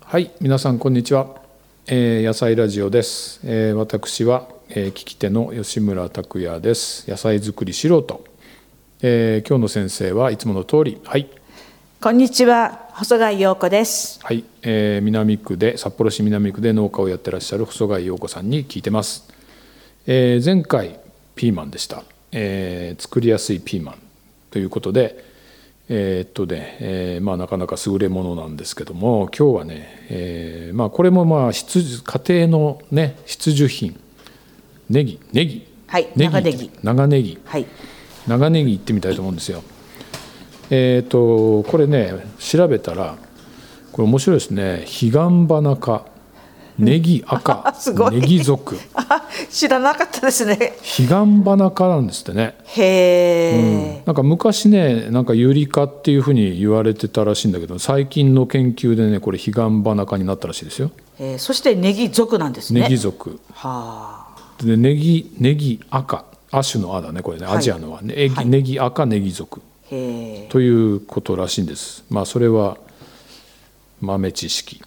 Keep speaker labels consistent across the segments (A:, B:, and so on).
A: はい、皆さんこんにちは。えー野菜ラジオです。えー私は、えー聞き手の吉村拓也です。野菜作り素人。えー今日の先生はいつもの通り、はい、
B: こんにちは細貝陽子です
A: はい、えー南区で札幌市南区で農家をやってらっしゃる細貝陽子さんに聞いてます。えー前回ピーマンでした、えー作りやすいピーマンということで、えーっとね、えーまあなかなか優れものなんですけども、今日はね、えーまあこれもまあ必需家庭のね必需品、ネギ、ネギ、
B: はい
A: ネギ
B: 長ネギ
A: 長ネギ、
B: はい
A: 長ネギ行ってみたいと思うんですよ。えっ、とこれね調べたらこれ面白いですね「彼岸花科ネギ赤
B: すごい
A: ネギ属」
B: あ 知らなかったですね
A: 「彼岸花科」なんですってね。
B: へえ、
A: なんか昔ねなんかユリ科っていうふうに言われてたらしいんだけど最近の研究でねこれ彼岸花科になったらしいですよ
B: えーそしてネギ族なんですね
A: ネギ属
B: はあ
A: でネギネギ赤亜種の「あ」だねこれねアジアの「あ」ネギネギ赤ネギ属
B: へえ
A: ということらしいんです。まあそれは豆知識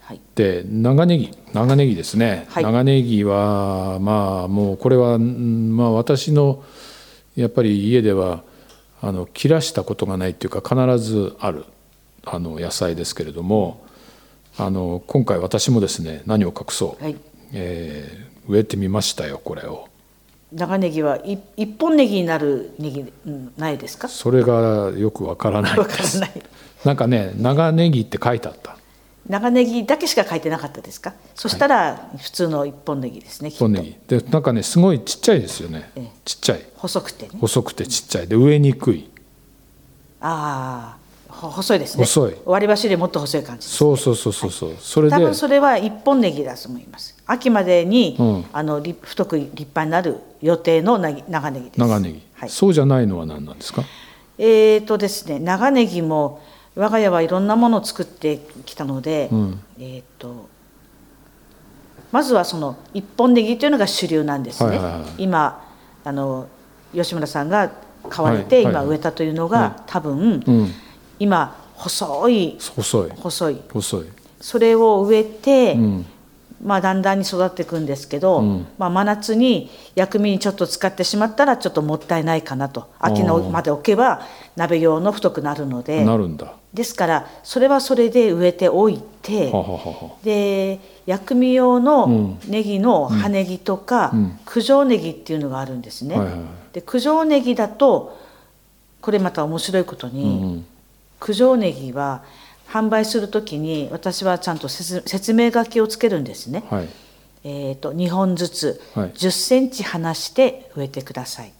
B: はい
A: で長ネギ長ネギですね、
B: はい
A: 長ネギはまあもうこれは、うんまあ、私のやっぱり家ではあの切らしたことがないっていうか必ずあるあの野菜ですけれどもあの今回私もですね何を隠そう、
B: はい
A: えー植えてみましたよこれを。
B: 長ネギはい一本ネギになるネギうんないですか
A: それがよくわからない
B: わ
A: で
B: から
A: す。
B: ない
A: なんかね長ネギって書いてあった。
B: 長ネギだけしか書いてなかったですかそしたら普通の一本ネギですねきっと
A: 本ネギでなんかねすごいちっちゃいですよね
B: ええ
A: ちっちゃい
B: 細くてね
A: 細くてちっちゃいで植えにくい
B: ああほ細いですね
A: 細い
B: 割り箸よりもっと細い感じです
A: そうそうそうそうそうそれで
B: 多分それは一本ネギだと思います秋までに、
A: うん
B: あのり太く立派になる予定のなぎ長ネギです
A: 長ネギ、
B: はい、
A: そうじゃないのは何なんですか
B: えーとですね長ネギも我が家はいろんなものを作ってきたので、
A: うん
B: えーとまずはその一本ネギというのが主流なんです
A: は
B: ね、
A: いはいはい
B: 今あの吉村さんが買われて、
A: はいはいはい
B: 今植えたというのが、
A: は
B: 多分、
A: うん
B: 今細い
A: 細い
B: 細い
A: 細い
B: それを植えて、
A: うん
B: まあ、だんだんに育っていくんですけど、
A: うん
B: まあ、真夏に薬味にちょっと使ってしまったらちょっともったいないかなと秋
A: あ
B: の
A: ー
B: まで置けば鍋用の太くなるので
A: なるんだは
B: ですからそれはそれで植えておいて
A: ははは
B: で薬味用のネギの葉ネギとか、
A: うん
B: 九条ネギっていうのがあるんですね。
A: はいはいはい
B: で九条ネギだとこれまた面白いこと
A: う
B: に、
A: ん
B: 九条ネギは販売するときに私はちゃんと説説明書きをつけるんですね。
A: はい
B: えー、と2本ずつ
A: はい
B: 1 0ンチ離して植えてください、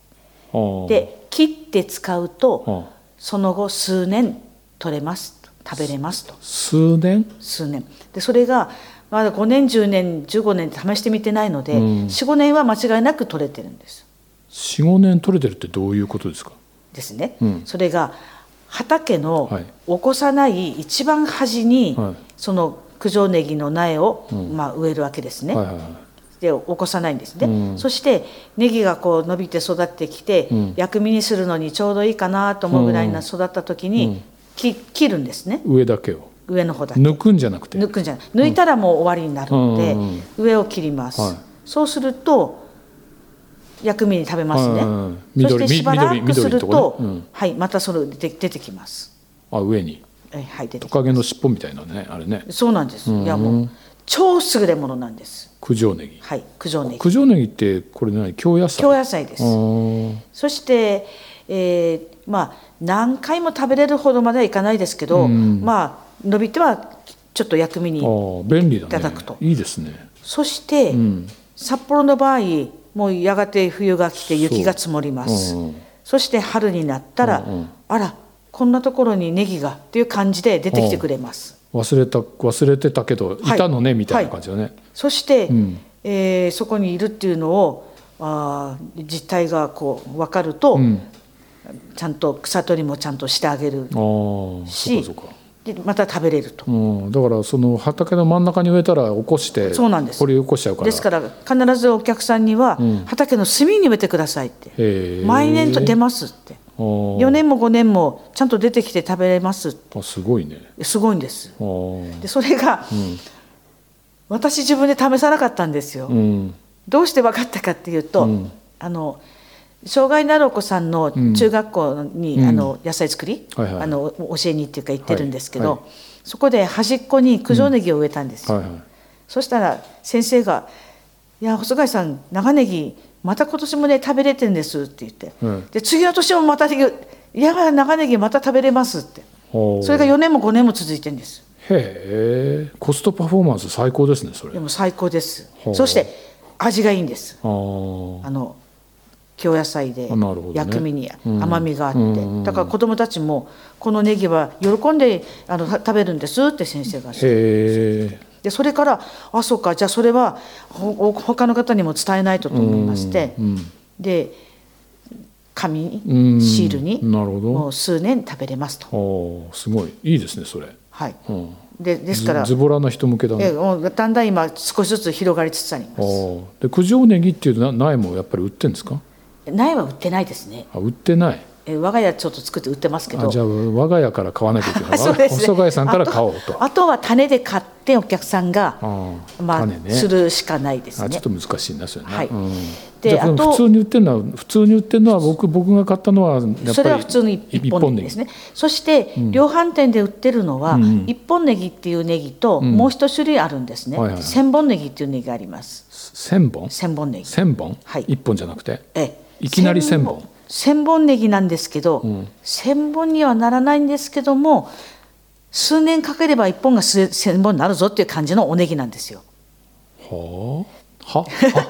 A: あー
B: で切って使うと
A: あ
B: その後数年取れます食べれますと
A: 数年
B: 数年でそれがまだ5年10年15年って試してみてないので、
A: うん
B: 45年は間違いなく取れてるんです
A: 45年取れてるってどういうことですか
B: ですね、
A: うん
B: それが畑の
A: はい
B: 起こさない一番端に、
A: はい
B: その九条ネギの苗を、
A: ん
B: まあ、植えるわけですね、
A: はいはいはい
B: で起こさないんですね、
A: うん
B: そしてネギがこう伸びて育ってきて、
A: うん
B: 薬味にするのにちょうどいいかなと思うぐらい
A: うん
B: な育った時
A: う
B: に
A: ん、
B: き切るんですね
A: 上だけを
B: 上の方だけ
A: 抜くんじゃなくて
B: 抜くんじゃない抜いたらもう終わりになるので、
A: うんうん
B: 上を切ります、
A: はい
B: そうすると薬味に食べますね、
A: はいはいはい
B: そし
A: 緑
B: てしばら
A: 緑
B: くす
A: 緑の
B: る
A: と
B: と
A: こねうん
B: はい、またそれ出て出てきます
A: あ上に
B: えはい出て
A: ト
B: きま
A: カゲの尻尾みたいなねあれね
B: すそうなんです、いやもう超優れものなんです
A: 九条ネギ
B: はい九条ネギ
A: 九条ネギってこれ何京野菜
B: 京野菜です
A: あー
B: そして、えーまあ何回も食べれるほどまではいかないですけど、
A: うん
B: まあ伸びてはちょっと薬味に
A: ああ便利だね
B: いただくと
A: いいですね
B: そして、
A: ん
B: 札幌の場合もうやがて冬が来て雪が積もります
A: そ
B: そう
A: うんうん
B: して春になったら、
A: うんうん
B: あらこんなところにネギがっていう感じで出てきてくれます、
A: 忘れた忘れてたけどい
B: はい
A: たのね、みたいな感じだね、
B: そして、
A: ん
B: えーそこにいるっていうのをあー実態がこう分かると、
A: うん
B: ちゃんと草取りもちゃんとしてあげる
A: ああそう
B: し
A: かそうか
B: でまた食べれると、
A: うん、だからその畑の真ん中に植えたら起こして
B: そうなんです
A: 掘り起こしちゃうから
B: ですから必ずお客さんには
A: うん
B: 畑の隅に植えてくださいって、
A: へえ
B: 毎年と出ますって
A: お
B: 4年も5年もちゃんと出てきて食べれます
A: あすごいね
B: すごいんです
A: あー
B: でそれが、私自分で試さなかったんですよ、
A: うん
B: どうして分かったかっていうと、あの障害のあるお子さんの中学校に、あの野菜作り、
A: はいはい
B: あのお教えにっていうか行ってるんですけど、
A: はいは
B: そこで端っこに九条ネギを植えたんですよ、
A: はいはい
B: そしたら先生が「いや細貝さん長ネギまた今年もね食べれてんです」って言って、
A: うん
B: で次の年もまた「いや長ネギまた食べれます」って
A: おー
B: それが4年も5年も続いてんです
A: へえコストパフォーマンス最高ですねそれ
B: で
A: あ
B: も最高です
A: ほう
B: そして味がいいんです
A: ー
B: あの京野菜で
A: あなるほどね
B: 薬味に
A: うん
B: 甘みがあって、
A: うん
B: だから子どもたちもこのネギは喜んであのた食べるんですって先生が言って
A: へえ
B: でそれからあそうかじゃあそれはほ他の方にも伝えないとと思いまして、で紙に
A: うん
B: シールに
A: なるほど
B: もう数年食べれますと。
A: おーすごいいいですねそれ、
B: はい、
A: うん、
B: でです
A: ズ
B: から
A: ズボラな人向けだ
B: え
A: ね
B: もうだんだん今少しずつ広がりつつあり
A: あ
B: ます。
A: ーで九条ネギっていうな苗もやっぱり売ってんですか
B: 苗は売ってないですね。
A: あ売ってない
B: え我が家ちょっと作って売ってますけ
A: あ
B: ど
A: じゃあ我が家から買わなきゃいけない、
B: そうですね
A: 細貝さんから買おうと
B: あとは種で買ってお客さんが
A: あー
B: まあ、
A: 種ね
B: するしかないです
A: あちょ
B: ね
A: っと難しいなそれね、
B: はい
A: うん
B: で
A: じゃあ
B: あと
A: 普通に売ってるのは普通に売ってるのは僕僕が買ったのはやっぱり
B: それは普通の一本ネギですねそして、量販店で売ってるのは、一本ネギっていうネギと、もう一種類あるんですね、
A: はいはい
B: 千本ネギっていうネギがあります
A: 1000本
B: 千本ネギ
A: 1000本、
B: はい
A: 1本じゃなくて
B: ええ
A: いきなり千本
B: 千本ネギなんですけど、千本にはならないんですけども数年かければ一本が数千本になるぞっていう感じのおネギなんですよ
A: はあ は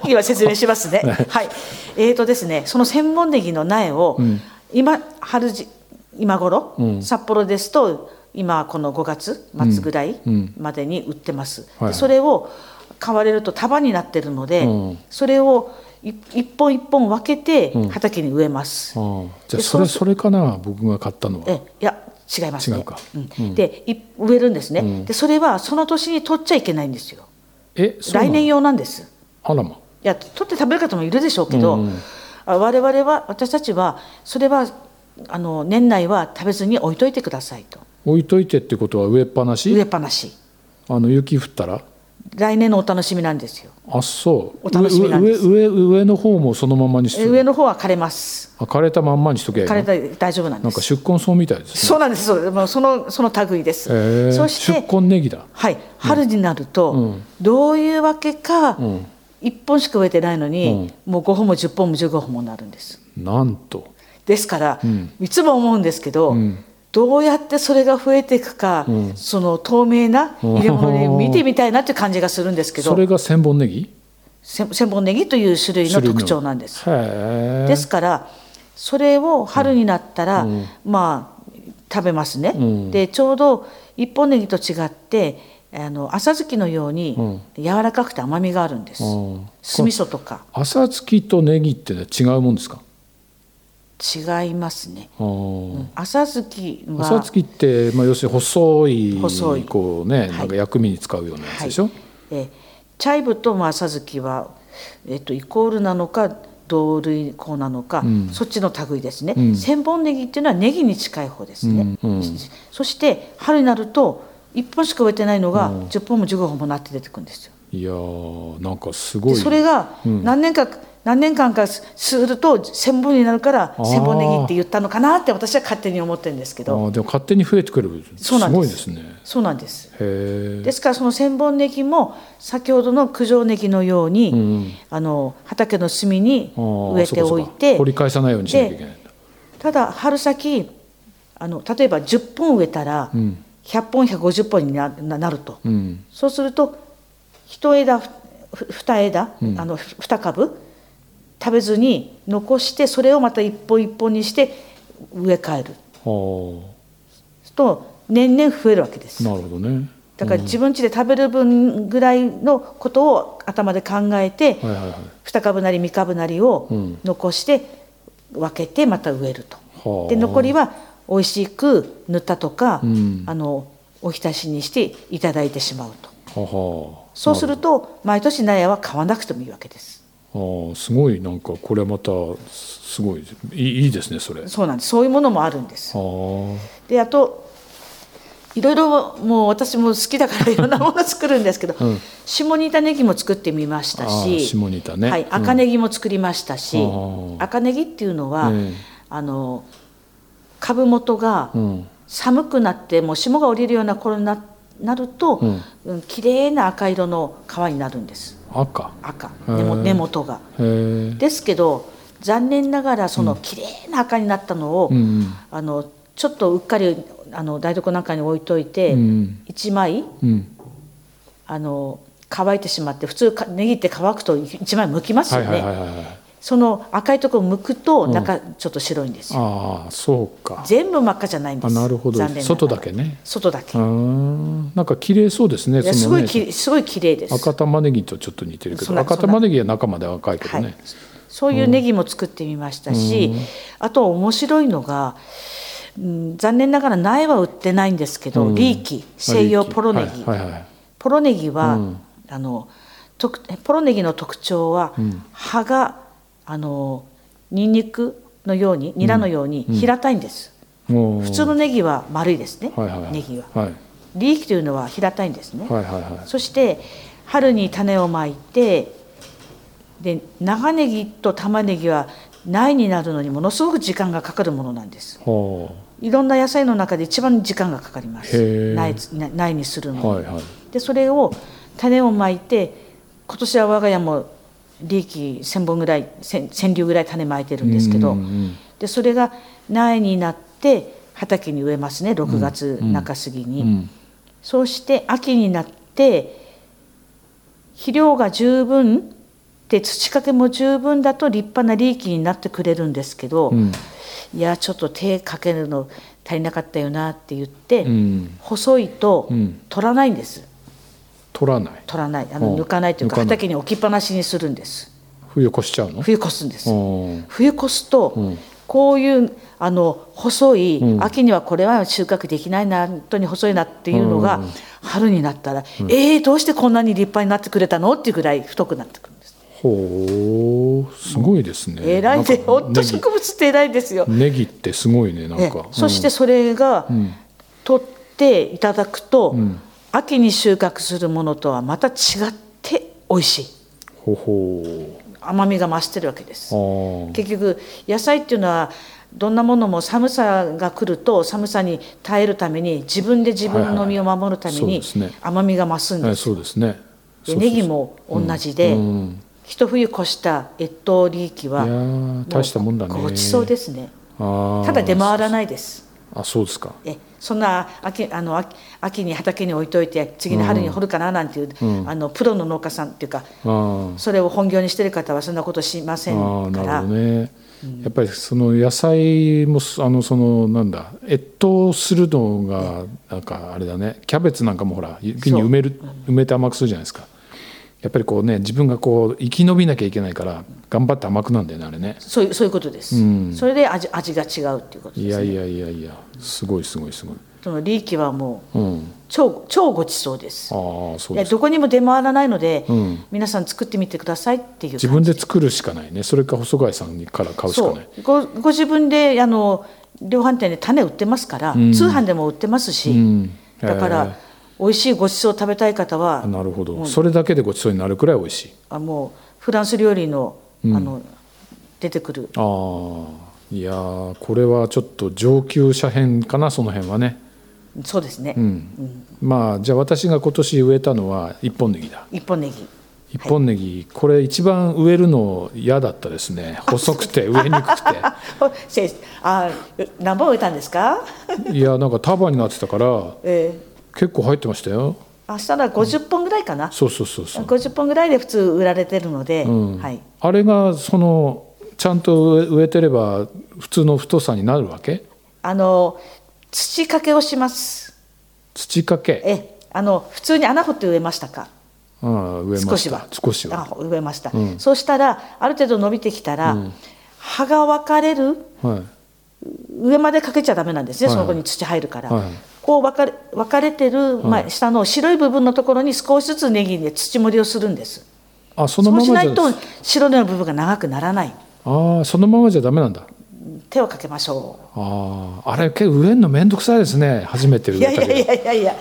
B: 今説明します ね。はい。えーとですね、その千本ネギの苗を、今春じ今頃、札幌ですと今この5月末ぐらいまでに売ってます。
A: はいはい
B: でそれを買われると束になってるので、
A: うん
B: それをい一本一本分けて畑に植えます。
A: あじゃあ
B: で
A: それそれかな僕が買ったのは
B: えいや違いますね。
A: 違うか
B: んでい植えるんですね、でそれはその年に取っちゃいけないんですよ。
A: えそうなの
B: 来年用なんです。
A: あらま
B: いや取って食べる方もいるでしょうけど、あ我々は私たちはそれはあの年内は食べずに置いといてくださいと
A: 置いといてってことは植えっぱな
B: 植え
A: し
B: っぱなし
A: あの雪降ったら
B: 来年のお楽しみなんですよ
A: あそう
B: お楽しみなんです
A: 上上上上の方もそのままにし
B: え
A: て
B: 上の方は枯れます
A: あ枯れたまんまにしときゃいい
B: 枯
A: の
B: れたら大丈夫なん
A: な
B: で
A: んか
B: す
A: 出根草みたいですね
B: そうなんですそうもうそのその類いです、
A: えー
B: そし
A: 出
B: て
A: 根ネギだ
B: はい春になると、どういうわけか、一1本しか植えてないのに、もう5本も10本も15本もなるんです
A: なんと
B: ですから、いつも思うんですけど、どうやってそれが増えていくか、その透明な入れ物で見てみたいなっていう感じがするんですけ
A: そ
B: ど
A: れが千本ネギ
B: せ千本ネギという種類の
A: 種類の
B: 特徴なんです。
A: へ
B: ですからそれを春になったら、まあ食べますね。でちょうど一本ネギと違ってあの浅漬けのように柔らかくて甘みがあるんです。
A: うん
B: 酢味噌とか
A: 朝漬きとネギってね違うもんですか
B: 違いますね。
A: あー
B: 浅漬けは
A: 朝漬きって、まあ、要するに細い
B: 細い
A: こうねなんか薬味に使うようなやつでしょ、
B: はいえーチャイブとまあさずきは、えっとイコールなのか同類項なのか、そっちの類ですね、千本ネギっていうのはネギに近い方ですね、そして春になると1本しか植えてないのが10本も15本もなって出てくるんですよ。
A: い、やーなんかすご
B: で
A: い
B: それが何年か、何年間かすすると千本になるから
A: ー
B: 千本ネギって言ったのかなって私は勝手に思ってるんですけ
A: あ
B: ど
A: ーでも勝手に増えてくるす
B: そうなん
A: ごい
B: で
A: ですすね
B: そうなんです。
A: へえ
B: ですからその千本ネギも先ほどの九条ネギのように、あの畑の隅に植えておいて
A: 掘り返さないようにしなきゃいけないんだ
B: ただ春先あの例えば10本植えたら、100本150本になななると、
A: うん
B: そうすると一枝ふふ二枝、あのふ二株食べずに残してそれをまた一本一本にして植え替える
A: あー
B: と年々増えるわけです。
A: なるほどね
B: だから自分家で食べる分ぐらいのことを頭で考えて、
A: はいはいはい
B: 2株なり3株なりを残して分けてまた植えると。
A: はあ
B: で残りは美味しく塗ったとか、
A: ん
B: あのお浸しにしていただいてしまうと
A: はは
B: そうすると毎年苗は買わなくてもいいわけです。
A: あああすごいなんかこれまたすごいいいいいですねそれ。あ
B: そうなんですそういうものもあるんです。
A: あ
B: であといろいろもう私も好きだからいろんなもの作るんですけど、
A: うん
B: 下仁田ネギも作ってみました
A: あ
B: し
A: ー下仁田ね
B: はい、
A: うん
B: 赤ネギも作りましたし、
A: あー
B: 赤ネギっていうのは、
A: ええ
B: あの株元が
A: うん
B: 寒くなってもう霜が降りるような頃にななると、
A: うん
B: うん綺麗な赤色の皮になるんです
A: 赤
B: 赤
A: へー
B: 根も根元が。
A: へえ
B: ですけど残念ながらその綺麗な赤になったのを、
A: うんうん
B: あのちょっとうっかりあの台所なんかに置いといて、
A: うん
B: 1枚
A: うん
B: あの乾いてしまって普通かネギって乾くと1枚剥きます
A: は
B: よ
A: いは
B: ね、
A: いはいはいはい
B: その赤いところ剥くと
A: うん
B: 中ちょっと白いんですよ、
A: ああそうか
B: 全部真っ赤じゃないんで
A: あ
B: す
A: なるほど
B: 残念ながら
A: 外だけね
B: 外だけ
A: あーなんか綺麗そうですね
B: いやす
A: そ
B: ご
A: の
B: い
A: ね
B: きすごい綺麗です
A: 赤玉ねぎとちょっと似てるけ
B: そん
A: ど
B: な
A: 赤玉ねぎは中まで赤いけど
B: はい
A: ね、
B: そういうネギも作ってみましたし、
A: うん
B: あと面白いのが、うん、残念ながら苗は売ってないんですけど、
A: うん
B: リーキ西洋ポロネギ、
A: はいはいはい
B: ポロネギは、
A: うん
B: あの特ポロネギの特徴は、
A: うん
B: 葉があのニンニクのようにニラのように
A: うん
B: 平たいんです、
A: もう
B: 普通のネギは丸いですね、
A: はいはいはい
B: ネギは
A: はい
B: リーキというのは平たいんですね、
A: はいはいはい
B: そして春に種をまいてで長ネギと玉ねぎは苗になるのにものすごく時間がかかるものなんです
A: はい
B: ろんな野菜の中で一番時間がかかりま
A: へ
B: す
A: え
B: 苗つな苗にするのに、
A: あはいはい
B: でそれを種をまいて今年は我が家も利益1,000本ぐらい千千粒ぐらい種まいてるんですけど、
A: うんうんうん
B: でそれが苗になって畑に植えますね6月
A: うん
B: 中過ぎに、
A: うん
B: そうして秋になって肥料が十分で土かけも十分だと立派な利益になってくれるんですけど、
A: うん
B: いやちょっと手かけるの足りなかったよなって言って、
A: うん
B: 細いと
A: うん
B: 取らないんです。
A: 取らない
B: 取らないあ
A: う
B: の
A: ん
B: 抜かないというか
A: 抜かない
B: 畑に置きっぱなしにするんです
A: 冬越しちゃうの
B: 冬越すんです
A: うん
B: 冬越すと、
A: うん
B: こういうあの細い、
A: うん
B: 秋にはこれは収穫できないな本当に細いなっていうのが、
A: うん
B: 春になったら、えー、どうしてこんなに立派になってくれたのっていうぐらい太くなってくるんです、
A: ほうすごいですね
B: 偉い
A: なんか
B: でほんと植物って偉いですよ、
A: ネギってすごいねなん
B: え
A: か
B: そしてそれが、
A: ん
B: 取っていただくと、
A: ん
B: 秋に収穫するものとはまた違って美味しい
A: ほほ
B: 甘みが増してるわけです
A: うあー
B: 結局野菜っていうのはどんなものも寒さが来ると寒さに耐えるために自分で自分の身を守るため
A: はいはい
B: に
A: そうですね
B: 甘みが増すん
A: え
B: です。
A: そうですね
B: で
A: そうそうそう
B: ネギも同じで、
A: うんうん
B: 一冬越した越冬リーキ
A: いや
B: は
A: ー大したもんだね
B: ごちそうですね。
A: あー
B: ただ出回らないです。
A: あそうですか
B: えそんな秋あの秋秋に畑に置いといて次の春に掘るかななんていう、あのプロの農家さんっていうか
A: あー
B: それを本業にしてる方はそんなことしませ
A: ああ
B: ん
A: な
B: か
A: る
B: ら
A: ほどね、やっぱりその野菜もすあのそのなんだ越冬するのがなんかあれだねキャベツなんかもほら雪に埋める埋めて甘くするじゃないですかやっぱりこうね自分がこう生き延びなきゃいけないから頑張って甘くなんだよねあれね
B: そういうそういうことです、
A: うん
B: それで味味が違うっていうことです、ね、
A: いやいやいやいやすごいすごいすごい
B: その利益はもう
A: うん
B: 超超ごちそうです
A: ああそう
B: い
A: で
B: や
A: す
B: どこにも出回らないので、
A: うん
B: 皆さん作ってみてくださいっていう
A: 自分で作るしかないねそれか細貝さんにから買うしか
B: そ
A: ないう
B: ごご自分であの量販店で種売ってますから、
A: ん
B: 通販でも売ってますし、
A: ん
B: だか
A: へえ
B: ら美味しいごちそうを食べたい方は
A: あなるほどそれだけでごちそうになるくらい美味しい
B: あもうフランス料理の,、あの出てくる
A: ああいやーこれはちょっと上級者編かなその辺はね、
B: そうですね、
A: うんまあじゃあ私が今年植えたのは一本ネギだ
B: 一本ネギ
A: 一本ネギ、これ一番植えるの嫌だったですね細くて植えにく
B: あ
A: く
B: ほせあ何本植えたんですか、
A: ていやなんか束になってたから
B: えー
A: 結構入ってましたよ
B: 明日ら50本ぐらいかな、
A: そうそうそうそう、
B: 50本ぐらいで普通売られてるので、
A: うん
B: はい、
A: あれがそのちゃんと植え植えてれば普通の太さになるわけ
B: あの土かけをします
A: 土かけ、
B: えあの普通に穴掘って植えましたか
A: うん、植え
B: 少
A: ま
B: し
A: し
B: は
A: た少しは
B: あ植えました、
A: うん
B: そうしたらある程度伸びてきたら、葉が分かれる
A: はい
B: 上までかけちゃダメなんですね、
A: はいはい
B: その子に土入るから、
A: はい
B: こう分かれ分かれてる、まあ、下の白い部分のところに少しずつネギで土盛りをするんです
A: あそのままじ
B: そう
A: ゃ
B: しないと白根の部分が長くならない
A: ああそのままじゃダメなんだ
B: 手をかけましょ
A: あああれ結構植えるの面倒くさいですね初めて
B: う
A: 植
B: い
A: えた
B: や
A: け
B: い
A: ど
B: やいやいやいや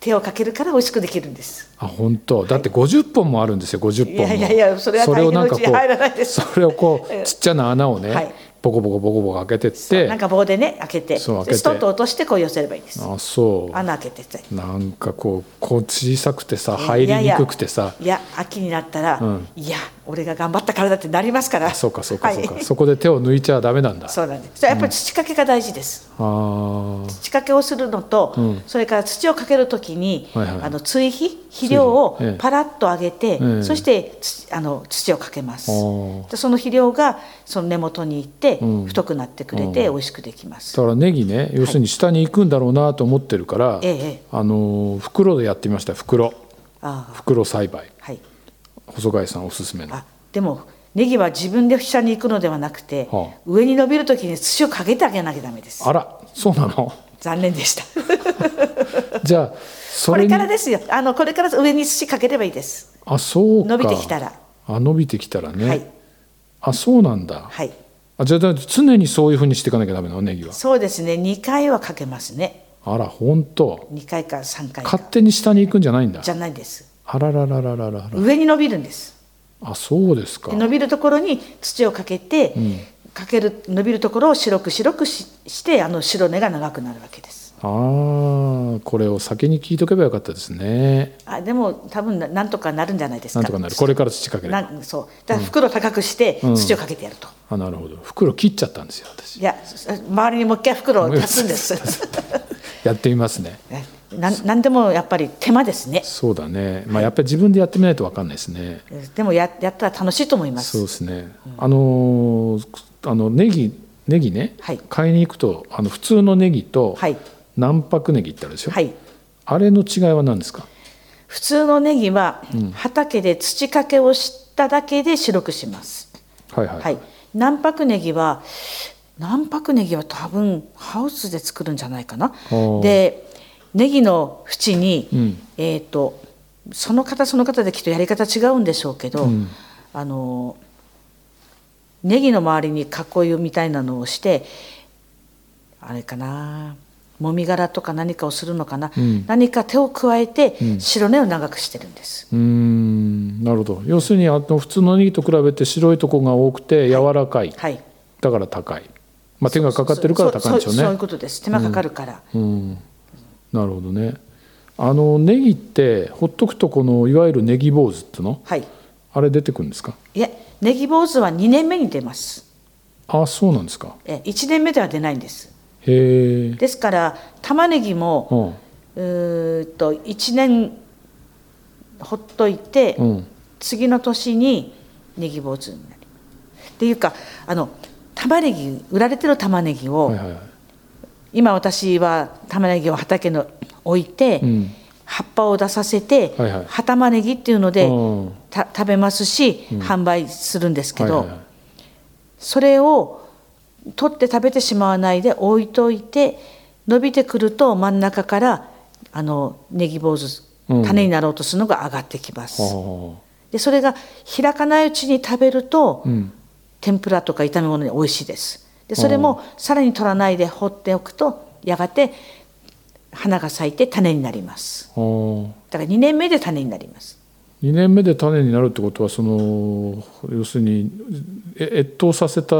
B: 手をかけるから美味しくできるんです
A: あ本当だって50本もあるんですよ50本も
B: いやいやいやそれは
A: それをなんかこ
B: 大変なうちに入らないで
A: う
B: す
A: それをこ
B: え
A: う
B: え
A: ちっちゃな穴をね、
B: はい
A: ボコボコボコボコ開けてっ
B: なん
A: て
B: か棒でね開けて
A: そう開けて
B: ストンと落としてこう寄せればいいです
A: あそ
B: 穴開けてって
A: うなんかこうこう小さくてさ入りにくくてさ
B: いや秋になったら、
A: うん
B: いや俺が頑張ったからだってなりますから
A: そうかそうかそうか、
B: はい、
A: そこで手を抜いちゃダメなんだ
B: そうなんですそれはやっぱり土かけが大事です、
A: あー
B: 土かけをするのと、
A: ん
B: それから土をかけるときに、
A: はいはい
B: あの追肥肥料
A: 追
B: を
A: 肥ええ
B: パラッと上げて、
A: ええ
B: そして土あの土をかけます
A: あー
B: でその肥料がその根元に行って、
A: うん
B: 太くなってくれて、美味しくできます
A: だからネギね要するに下に行くんだろうなと思ってるから、
B: ええええ
A: あのー袋でやってみました袋
B: ああ
A: 袋栽培
B: はい
A: 細貝さんおすすめの
B: あでもネギは自分で下に行くのではなくて、
A: はあ
B: 上に伸びるときに土をかけてあげなきゃダメです
A: あらそうな の
B: 残念でした
A: じゃあそ
B: こ
A: れ
B: れ
A: に
B: からですよあのこれから上に土かければいいです
A: あそうか
B: 伸びてきたら
A: あ伸びてきたらね、
B: はい
A: あそうなんだ
B: はい
A: あじゃあだって常にそういうふうにしていかなきゃダメなのネギは
B: そうですね2回はかけますね
A: あら本当
B: 2回か3回
A: 勝
B: か
A: 手に下に行くんじゃないんだ
B: じゃないです
A: あららららららら
B: 上に伸びるんです
A: あそうですか
B: で伸びるところに土をかけて、
A: ん
B: かける伸びるところを白く白くししてあの白根が長くなるわけです
A: あーこれを先に聞いとけばよかったですね
B: あでも多分ななんとかなるんじゃないですか
A: なんとかなるこれから土かける
B: なそうだから袋高くして
A: ん
B: 土をかけてやると、
A: あなるほど袋切っちゃったんですよ私
B: いやそ周りにもう一回袋を足すんです
A: やってみますね
B: ねなんなんでもやっぱり手間ですね
A: そうだねまあやっぱり自分でやってみないと分かんないですね
B: でもややったら楽しいと思いま
A: そう
B: す
A: ですね。あのーあのネギネギね、
B: はい
A: 買いに行くとあの普通のネギと、
B: はい
A: 南白ネギってあるでしょ。
B: はい
A: あれの違いは何ですか。
B: 普通のネギは畑で土かけをしただけで白くします、
A: はいはい。
B: はい南白ネギは南白ネギは多分ハウスで作るんじゃないかな
A: おー
B: でネギの縁に、
A: うん
B: えっ、とその方その方できっとやり方違うんでしょうけど、
A: うん
B: あのネギの周りに囲いみたいなのをしてあれかなもみ殻とか何かをするのかな、
A: うん
B: 何か手を加えて
A: うん
B: 白根を長くしてるんです、
A: うーんなるほど要するにあの普通のネギと比べて白いとこが多くて柔らかい、
B: はい
A: だから高い、まあ、手がかかってるから高いんでしょう
B: そうそうそういう
A: ね
B: ことです手間かかるから、
A: うんなるほどねあのネギってほっとくとこのいわゆるネギ坊主っていうの
B: はい
A: あれ出てくるんですか
B: いやネギ坊主は2年目に出ます
A: あそうなんですか
B: え1年目では出ないんです
A: へえ
B: ですから玉ねぎも
A: うん
B: うーっと1年ほっといて、
A: うん
B: 次の年にネギ坊主になるっていうかあの玉ねぎ売られてる玉ねぎを、
A: はいはいはい
B: 今私は玉ねぎを畑の置いて、
A: うん
B: 葉っぱを出させて、
A: はいはい
B: 葉玉ねぎっていうので、
A: うん
B: た食べますし、販売するんですけ
A: は
B: ど、
A: いはいはい
B: それを取って食べてしまわないで置いといて伸びてくると真ん中からあのネギ坊主
A: うん
B: 種になろうとするのが上がってきます。
A: は
B: でそれが開かないうちに食べると、
A: あうん
B: 天ぷらとか炒め物に美味しいですでそれもさらに取らないで放っておくとやがて花が咲いて種になります
A: はあ
B: だから2年目で種になります
A: 2年目で種になるってことはその要するにえ越冬させた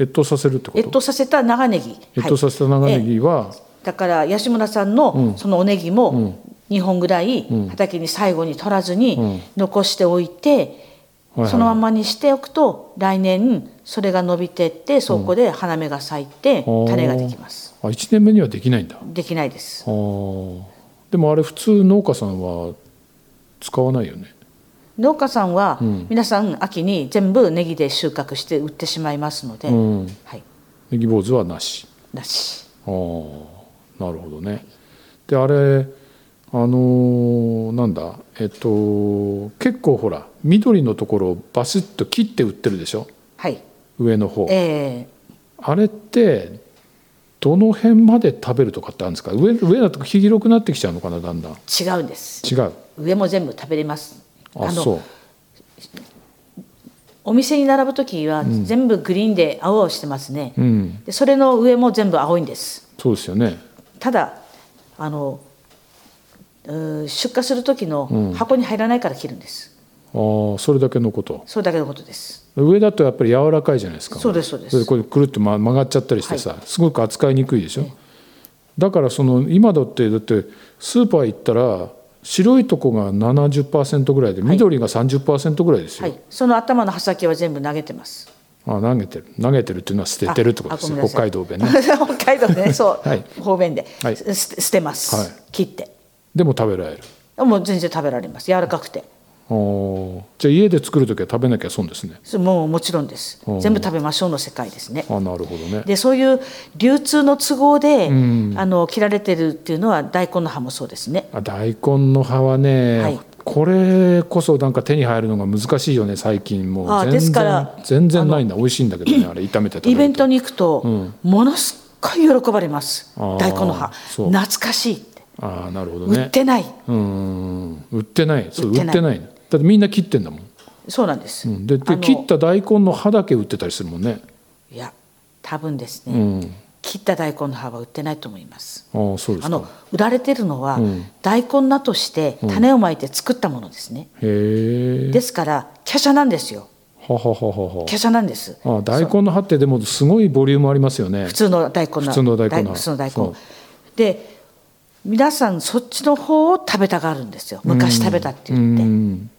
A: 越冬させるってこと
B: 越冬させた長ネギ
A: 越冬させた長ネ
B: はいええ
A: ギは、
B: だから吉村さん
A: う
B: の
A: ん
B: そのおネギ
A: うん
B: も2本ぐらい
A: うん
B: 畑に最後に取らずに
A: う
B: 残しておいて
A: はいはい
B: そのままにしておくと来年それが伸びてってそこで花芽が咲いて
A: うん
B: 種ができます
A: あ1年目にはできないんだ、はあ、
B: できないです
A: でもあれ普通農家さんは使わないよね
B: 農家さんは
A: うん
B: 皆さん秋に全部ネギで収穫して売ってしまいますので、
A: うん
B: はい
A: ネギ坊主はなし
B: なし
A: ああなるほどね。であれあのーなんだえっと結構ほら緑のところをバシッと切って売ってるでしょ
B: はい
A: 上の方。
B: え
A: あれってどの辺まで食べるとかってあるんですか上上だと黄色くなってきちゃうのかなだんだん。
B: ー違うんです
A: 違う。
B: 上も全部食べれます
A: あそう。
B: お店に並ぶ時は全部グリーンで青々してますね、
A: うん、
B: でそれの上も全部青いんです
A: そうですよね。
B: ただあのうー出荷する時の箱に入らないから切るんです、
A: ああ、それだけのこと。
B: それだけのことです
A: 上だとやっぱり柔らかいじゃないですか。
B: そうですそうです
A: それこれくるっとま曲がっちゃったりしてさ、すごく扱いにくいでしょ。だからその今だってだってスーパー行ったら白いとこが70%ぐらいで緑が30%ぐらいですよ。
B: はいその頭の刃先は全部投げてます
A: あ投げてる投げてるっていうのは捨ててるってことです
B: ああ
A: ね
B: ごめんな
A: 北
B: さい
A: 海道弁ね
B: 北海道 でねそう、
A: はい
B: 方便で、
A: はい
B: す捨て捨てます、
A: はい
B: 切って
A: でも食べられる
B: もう全然食べられます柔らかくて
A: おーじゃあ家で作る時は食べなきゃ損ですね
B: それもうもちろんです
A: うん
B: 全部食べましょうの世界ですね
A: あなるほどね
B: でそういう流通の都合で、あの切られてるっていうのは大根の葉もそうですね
A: あ大根の葉はね、
B: はい
A: これこそなんか手に入るのが難しいよね最近もう
B: あ
A: 全然
B: ですから
A: 全然ないんだ美味しいんだけどねあれ炒めて食べると
B: イベントに行くと、ものすっごい喜ばれます
A: あー
B: 大根の葉
A: そう
B: 懐かしいって
A: ああなるほど
B: 売っ
A: ね
B: てない、
A: うーん売ってないそう売
B: 売
A: っ
B: ってて
A: な
B: ないい
A: だってみんな切ってんだもん、
B: そうなんです、
A: うんで
B: あ
A: で
B: の
A: 切った大根の葉だけ売ってたりするもんね
B: いや多分です
A: う
B: ね、
A: ん
B: 切った大根の葉は売ってないと思います
A: ああそうですか
B: あの売られてるのは、大根菜として種をまいて作ったものですね、
A: へえ
B: ですから華奢なんですよ
A: ははははは
B: 華奢なんです
A: ああ大根の葉ってでもすごいボリュームありますよね
B: 普通の大根の
A: 普通の大根の
B: 大普通の大根
A: そう
B: で皆さんそっちの方を食べたがるんですよ昔食べたって
A: う
B: 言って、
A: ん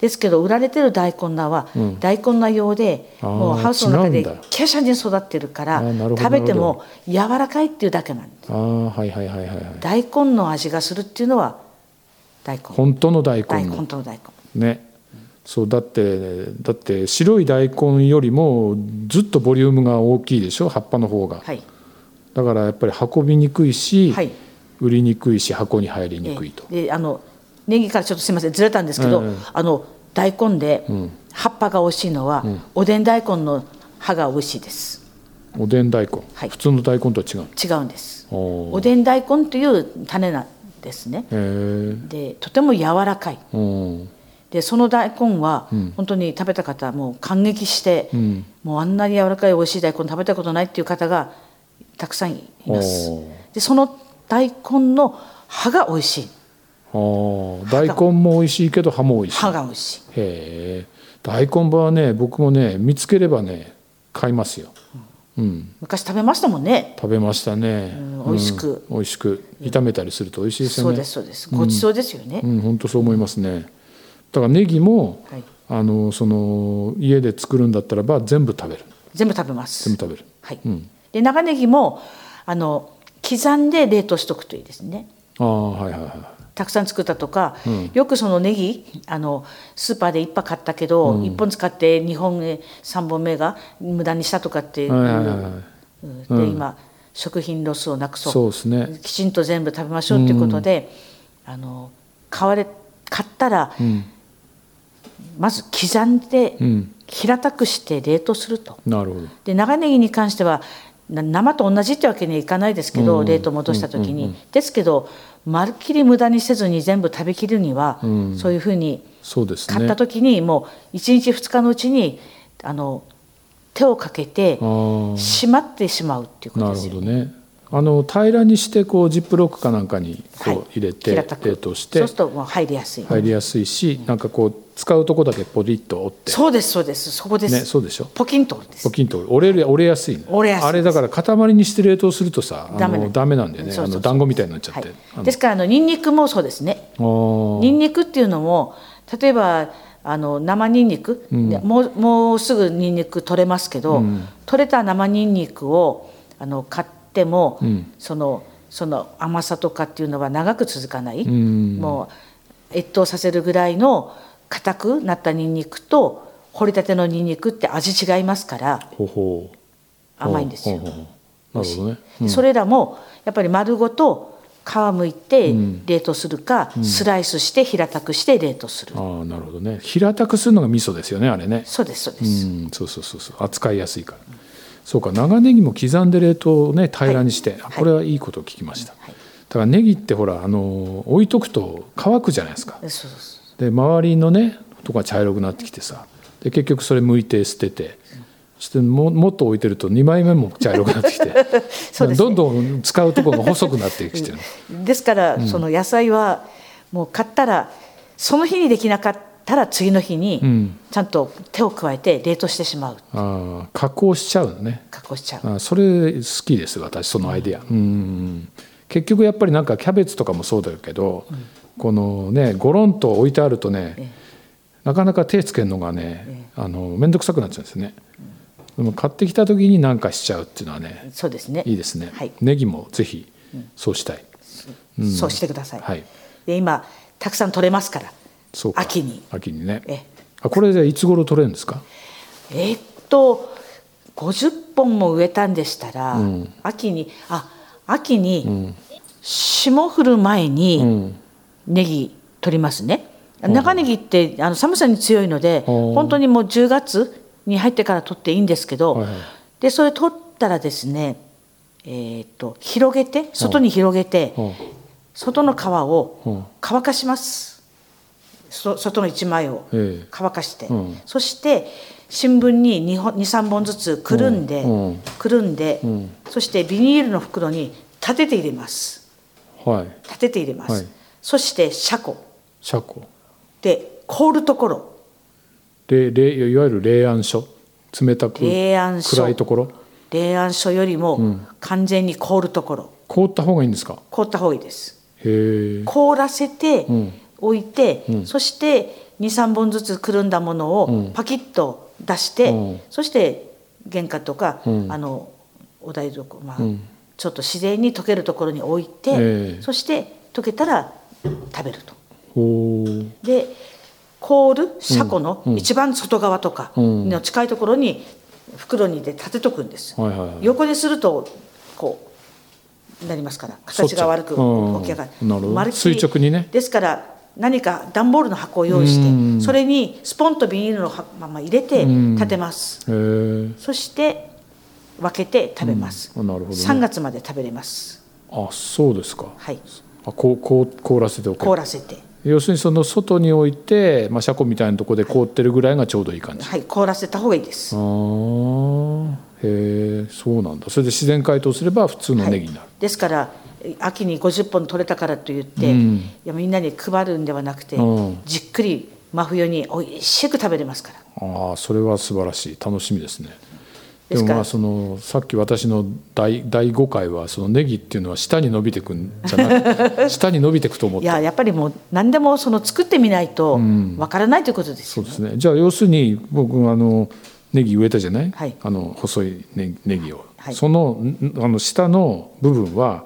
B: ですけど売られてる大根菜は、大根菜用で
A: あー
B: もうハウスの中
A: 違
B: で
A: うんだ
B: 華奢に育ってるから
A: あーなるほど
B: 食べても柔らかいっていうだけなんです
A: ああはいはいはいはいはい
B: 大根の味がするっていうのは大根
A: 本当の大
B: 大
A: 根
B: 根
A: の
B: 本当の大根
A: ねそうだってだって白い大根よりもずっとボリュームが大きいでしょ葉っぱの方が、
B: はい
A: だからやっぱり運びにくいし、
B: はい
A: 売りにくいし箱に入りにくいと、
B: でであのネギからちょっとすみませんずれたんですけど、
A: ええ
B: あの大根で葉っぱが美味しいのは、おでん大根の葉が美味しいです
A: おでん大根、
B: はい
A: 普通の大根とは違う
B: 違うんです
A: おー
B: おでん大根という種なんですね
A: へえ
B: でとても柔らかい
A: うん
B: でその大根は、本当に食べた方もう感激して、もうあんなに柔らかい美味しい大根食べたことないっていう方がたくさんいます
A: おー
B: でその大根の葉が美味しい
A: あー大根も美味しいけど葉も美味しい
B: 葉
A: へ
B: が美味しい
A: え大根葉はね僕もね見つければね買いますようん
B: 昔食べましたもんね
A: 食べましたね、
B: うん美味しく
A: うん美味しく炒めたりすると美味しいです
B: そ
A: よ
B: う
A: ね
B: ですそうですごちそうですよね、
A: うん本当そう思いますねだからネギも、
B: はい
A: あのその家で作るんだったらば全部食べる
B: 全部食べます
A: 全部食べる
B: はい、
A: ん
B: で長ネギもあの刻んで冷凍しとくといいですね
A: ああはいはいはい
B: たくさん作ったとか、よくそのネギあのスーパーで1パ買ったけど、一1本使って2本目3本目が無駄にしたとかっていう、
A: はいはいはいはい
B: うんで今食品ロスをなくそう
A: そうですね
B: きちんと全部食べましょうっていうことで、あの買われ買ったら、まず刻んで、平たくして冷凍すると。
A: なるほど
B: で長ネギに関してはな生と同じってわけにはいかないですけど、冷凍戻した時に、ですけどまるっきり無駄にせずに全部食べきるには、そういうふうに
A: そうです
B: 買っ
A: ね
B: た時にもう1日2日のうちにあの手をかけて
A: あー
B: しまってしまうっていうこと
A: な
B: で
A: る
B: す
A: ほ
B: よ
A: どねあの平らにしてこうジップロックかなんかにこう、
B: はい
A: 入れて
B: 平たく
A: 冷凍して
B: そうするともう入りやすい、
A: 入りやすいし、なんかこう使うとこだけポリッと折って
B: そうですそうですそこです、
A: ねそうでしょ
B: ポキンとです
A: ポキンと折れる折れやすいね
B: 折れやすい
A: あれだから塊にして冷凍するとさあ
B: ダメな
A: の
B: ん
A: ダメなんだよね
B: そうそうそう
A: あの団子みたいになっちゃっ
B: は
A: て、
B: い
A: あの
B: ですからあのニンニクもそうですね
A: あー
B: ニンニクっていうのも例えばあの生ニンニク、もうもうすぐニンニク取れますけど、取れた生ニンニクをあの買っても、そのその甘さとかっていうのは長く続かない、もう越冬させるぐらいの硬くなったニンニクと掘りたてのニンニクって味違いますから
A: ほうほう
B: 甘いんですよ。
A: ほうほうほうなるほどね
B: それらもやっぱり丸ごと皮むいて冷凍するか、スライスして平たくして冷凍する、
A: ああなるほどね平たくするのが味噌ですよねあれね
B: そうですそうで
A: う
B: す、
A: んそうそうそうそう扱いやすいから、そうか長ネギも刻んで冷凍をね平らにして、あこれはいいことを聞きました、
B: はい
A: だからネギってほらあの置いとくと乾くじゃないですか
B: そうそうそう
A: で周りのねとか茶色くなってきてさで結局それ剥いて捨ててそしてももっと置いてると2枚目も茶色くなってきて
B: そうですね
A: どんどん使うところが細くなってきてる
B: ですから、その野菜はもう買ったらその日にできなかったら次の日に
A: ん
B: ちゃんと手を加えて冷凍してしまう
A: あー加工しちゃうのね
B: 加工しちゃう、
A: あそれ好きです私そのアイデア、うん結局やっぱりなんかキャベツとかもそうだけど、このねゴロンと置いてあるとね、なかなか手つけるのがね、あの面倒くさくなっちゃうんですよね、でも買ってきた時に何かしちゃうっていうのはね
B: そうですね
A: いいですね、
B: はい
A: ネギもぜひそうしたい、
B: そうしてください、
A: はい
B: で今たくさん取れますから
A: そうか
B: 秋に
A: 秋にね
B: え
A: あこれじゃあいつ頃取れるんですか
B: えーっと50本も植えたんでしたら、秋にあ秋に霜降る前にネギ取りますね、長ネギってあの寒さに強いので
A: ほう
B: 本当にもう10月に入ってから取っていいんですけど、
A: はいはい
B: でそれ取ったらですねえーっと広げて外に広げて
A: ほ
B: 外の皮
A: ほ
B: を乾かしますそ外の一枚を
A: ええ
B: 乾かして、
A: うん
B: そして新聞に23本ずつくるんで、
A: うんうん
B: くるんで、
A: ん
B: そしてビニールの袋に立てて入れます
A: はい
B: 立てて入れます、
A: はい
B: そして車庫
A: 車庫
B: で凍るところ
A: でれいわゆる冷暗所冷たく
B: 冷暗所
A: 暗いところ
B: 冷暗所よりも完全に凍るところ、
A: 凍った方がいいんですか
B: 凍った方がいいです
A: へえ
B: 凍らせて
A: ん
B: 置いて、そして23本ずつくるんだものをパキッと出して、
A: うん
B: そして原価とか、
A: ん
B: あのお台所、まあちょっと自然に溶けるところに置いて、
A: ええ
B: そして溶けたら食べると。
A: おー
B: で凍る車庫の一番外側とか
A: うん
B: の近いところに袋にで立てとくんです。
A: はいはいはい
B: 横でするとこうなりますから形が悪く起き上がる,、
A: うんなるほど
B: まっきり
A: 垂直にね
B: ですから何か段ボールの箱を用意し
A: うん
B: てそれにスポンとビニールのはまま入れて
A: うん
B: 立てます
A: へー
B: そして分けて食べます、
A: うんあなるほどね
B: 3月まで食べれます
A: あそうですか
B: はい
A: あこうこう凍らせてお
B: 凍
A: く
B: らせて
A: 要するにその外に置いて、まあ、車庫みたいなとこで凍ってるぐらいがちょうどいい感じ、
B: はい凍らせた方がいいです
A: あーへえそうなんだそれで自然解凍すれば普通のネギになる、
B: ですからえ秋に50本取れたからといって、
A: うん
B: いやみんなに配るんではなくて、
A: うん
B: じっくり真冬においしく食べれますから
A: ああそれは素晴らしい楽しみですね
B: で
A: ですも
B: から
A: まあそのさっき私の第第5回はそのネギっていうのは下に伸びてくんじゃな く下に伸びてくと思っ
B: い
A: た
B: ややっぱりもう何でもその作ってみないとわからないということです
A: そう
B: よ、
A: ですねじゃあ要するに僕あのネギ植えたじゃない、
B: はい
A: あの細いネネギを、
B: はい
A: そのんあの下の部分は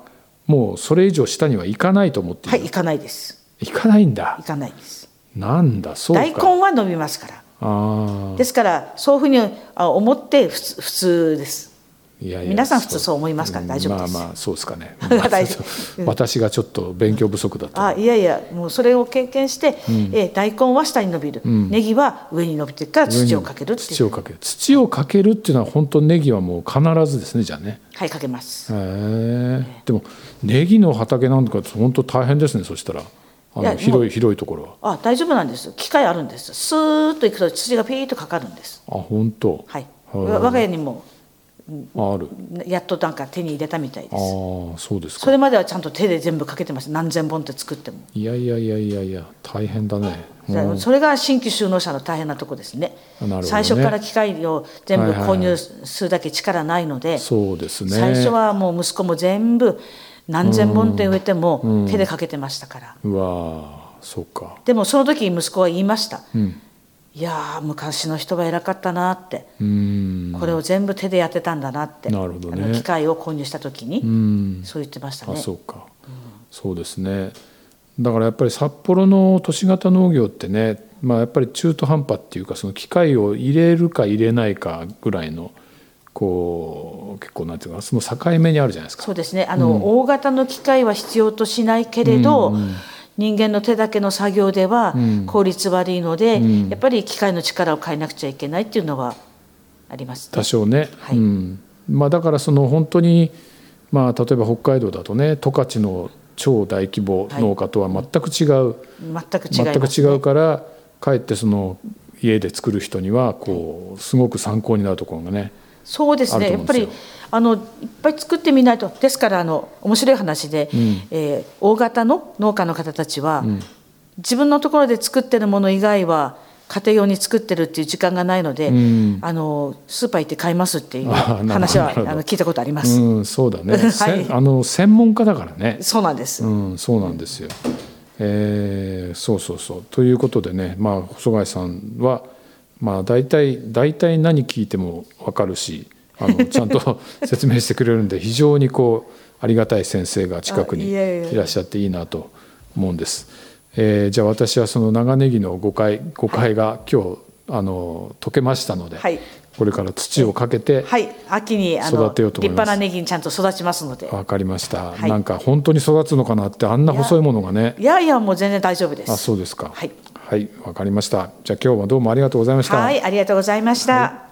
A: もうそれ以上下にはいかないと思ってい
B: は
A: る、
B: い行かないです
A: い、かないん
B: 行
A: だ
B: かないです
A: なんだそうか
B: 大根は伸びますから
A: ああ
B: ですからそういうふうにあ思って普通普通です
A: いやいや
B: 皆さん普通そう思いますから大丈夫です
A: まあまあそうですか ね
B: 大丈夫
A: 私がちょっと勉強不足だった
B: あいやいやもうそれを経験して、え大根は下に伸びる、ネギは上に伸びてから土をかけるっていう
A: 土をかける土をかけるっていうのは本当ネギはもう必ずですねじゃあね
B: はいかけます
A: へえでもネギの畑なんか本当大変ですねそしたらあ
B: い
A: の
B: や
A: 広い広いところは
B: あ大丈夫なんです機械あるんですスーッと行くと土がピーッとかかるんです
A: あ本当
B: はい
A: へえ
B: わ我が家にも
A: ある
B: やっとなんか手に入れたみたいで
A: あ
B: す
A: あそうです
B: そ
A: か
B: れまではちゃんと手で全部かけてました何千本って作っても、
A: いやいやいやいやいや大変だねうん
B: それが新規収納者の大変なとこですね
A: なるほどね
B: 最初から機械を全部
A: はいはいはい
B: 購入するだけ力ないので、
A: そうですね
B: 最初はもう息子も全部何千本って植えても手でかけてましたから、
A: うわーそうか
B: でもその時息子は言いました、
A: ん
B: いやー昔の人は偉かったなって、
A: うーん
B: これを全部手でやってたんだなって
A: なるほどね
B: あの機械を購入した時に、
A: うん
B: そう言ってました
A: あ
B: ね
A: そうか、そうですねだからやっぱり札幌の都市型農業ってね、まあ、やっぱり中途半端っていうかその機械を入れるか入れないかぐらいのこう結構なんていうかその境目にあるじゃないですか。
B: そうですねあの、大型の機械は必要としないけれど、人間の手だけの作業では効率悪いので、やっぱり機械の力を変えなくちゃいけないっていうのはありますね
A: 多少ね、
B: はい
A: うんまあ、だからその本当に、まあ、例えば北海道だとね十勝の超大規模農家とは全く違う、
B: 全く違い
A: 全
B: ま
A: く
B: す、
A: 違うからかえってその家で作る人にはこうすごく参考になるところがね
B: そうです
A: あ
B: ね
A: ると
B: や
A: 思うんですよ
B: っぱりあのいっぱい作ってみないとですからあの面白い話で、えー大型の農家の方たちは、自分のところで作ってるもの以外は家庭用に作ってるっていう時間がないので、
A: ん
B: あのスーパー行って買いますっていう
A: あーなるほ
B: 話
A: ど
B: は
A: なるほど
B: あの聞いたことあります、
A: うんそうだね、
B: はい
A: せんあの専門家だからね
B: そうなんです、
A: うん、そうなんですよ。えーそうそうそうということでね、まあ、細貝さんは、まあ、大体大体何聞いても分かるしあ のちゃんと 説明してくれるんで非常にこうありがたい先生が近く
B: あ
A: に
B: いえいえ
A: いらっしゃっていいなと思うんです。えーじゃあ私はその長ネギの誤解誤解が今日あの解けましたので、
B: はい
A: これから土をかけて
B: はい秋にあの
A: 育てようと
B: 立
A: 思います
B: 派なネギにちゃんと育ちますので、
A: 分かりました、
B: はい
A: なんか本当に育つのかなってあんな細いものがね
B: い、やいやもう全然大丈夫です
A: あ、そうですか。
B: はい。
A: わかりました。じゃあ今日はどうもありがとうございました。
B: はいありがとうございました、
A: はい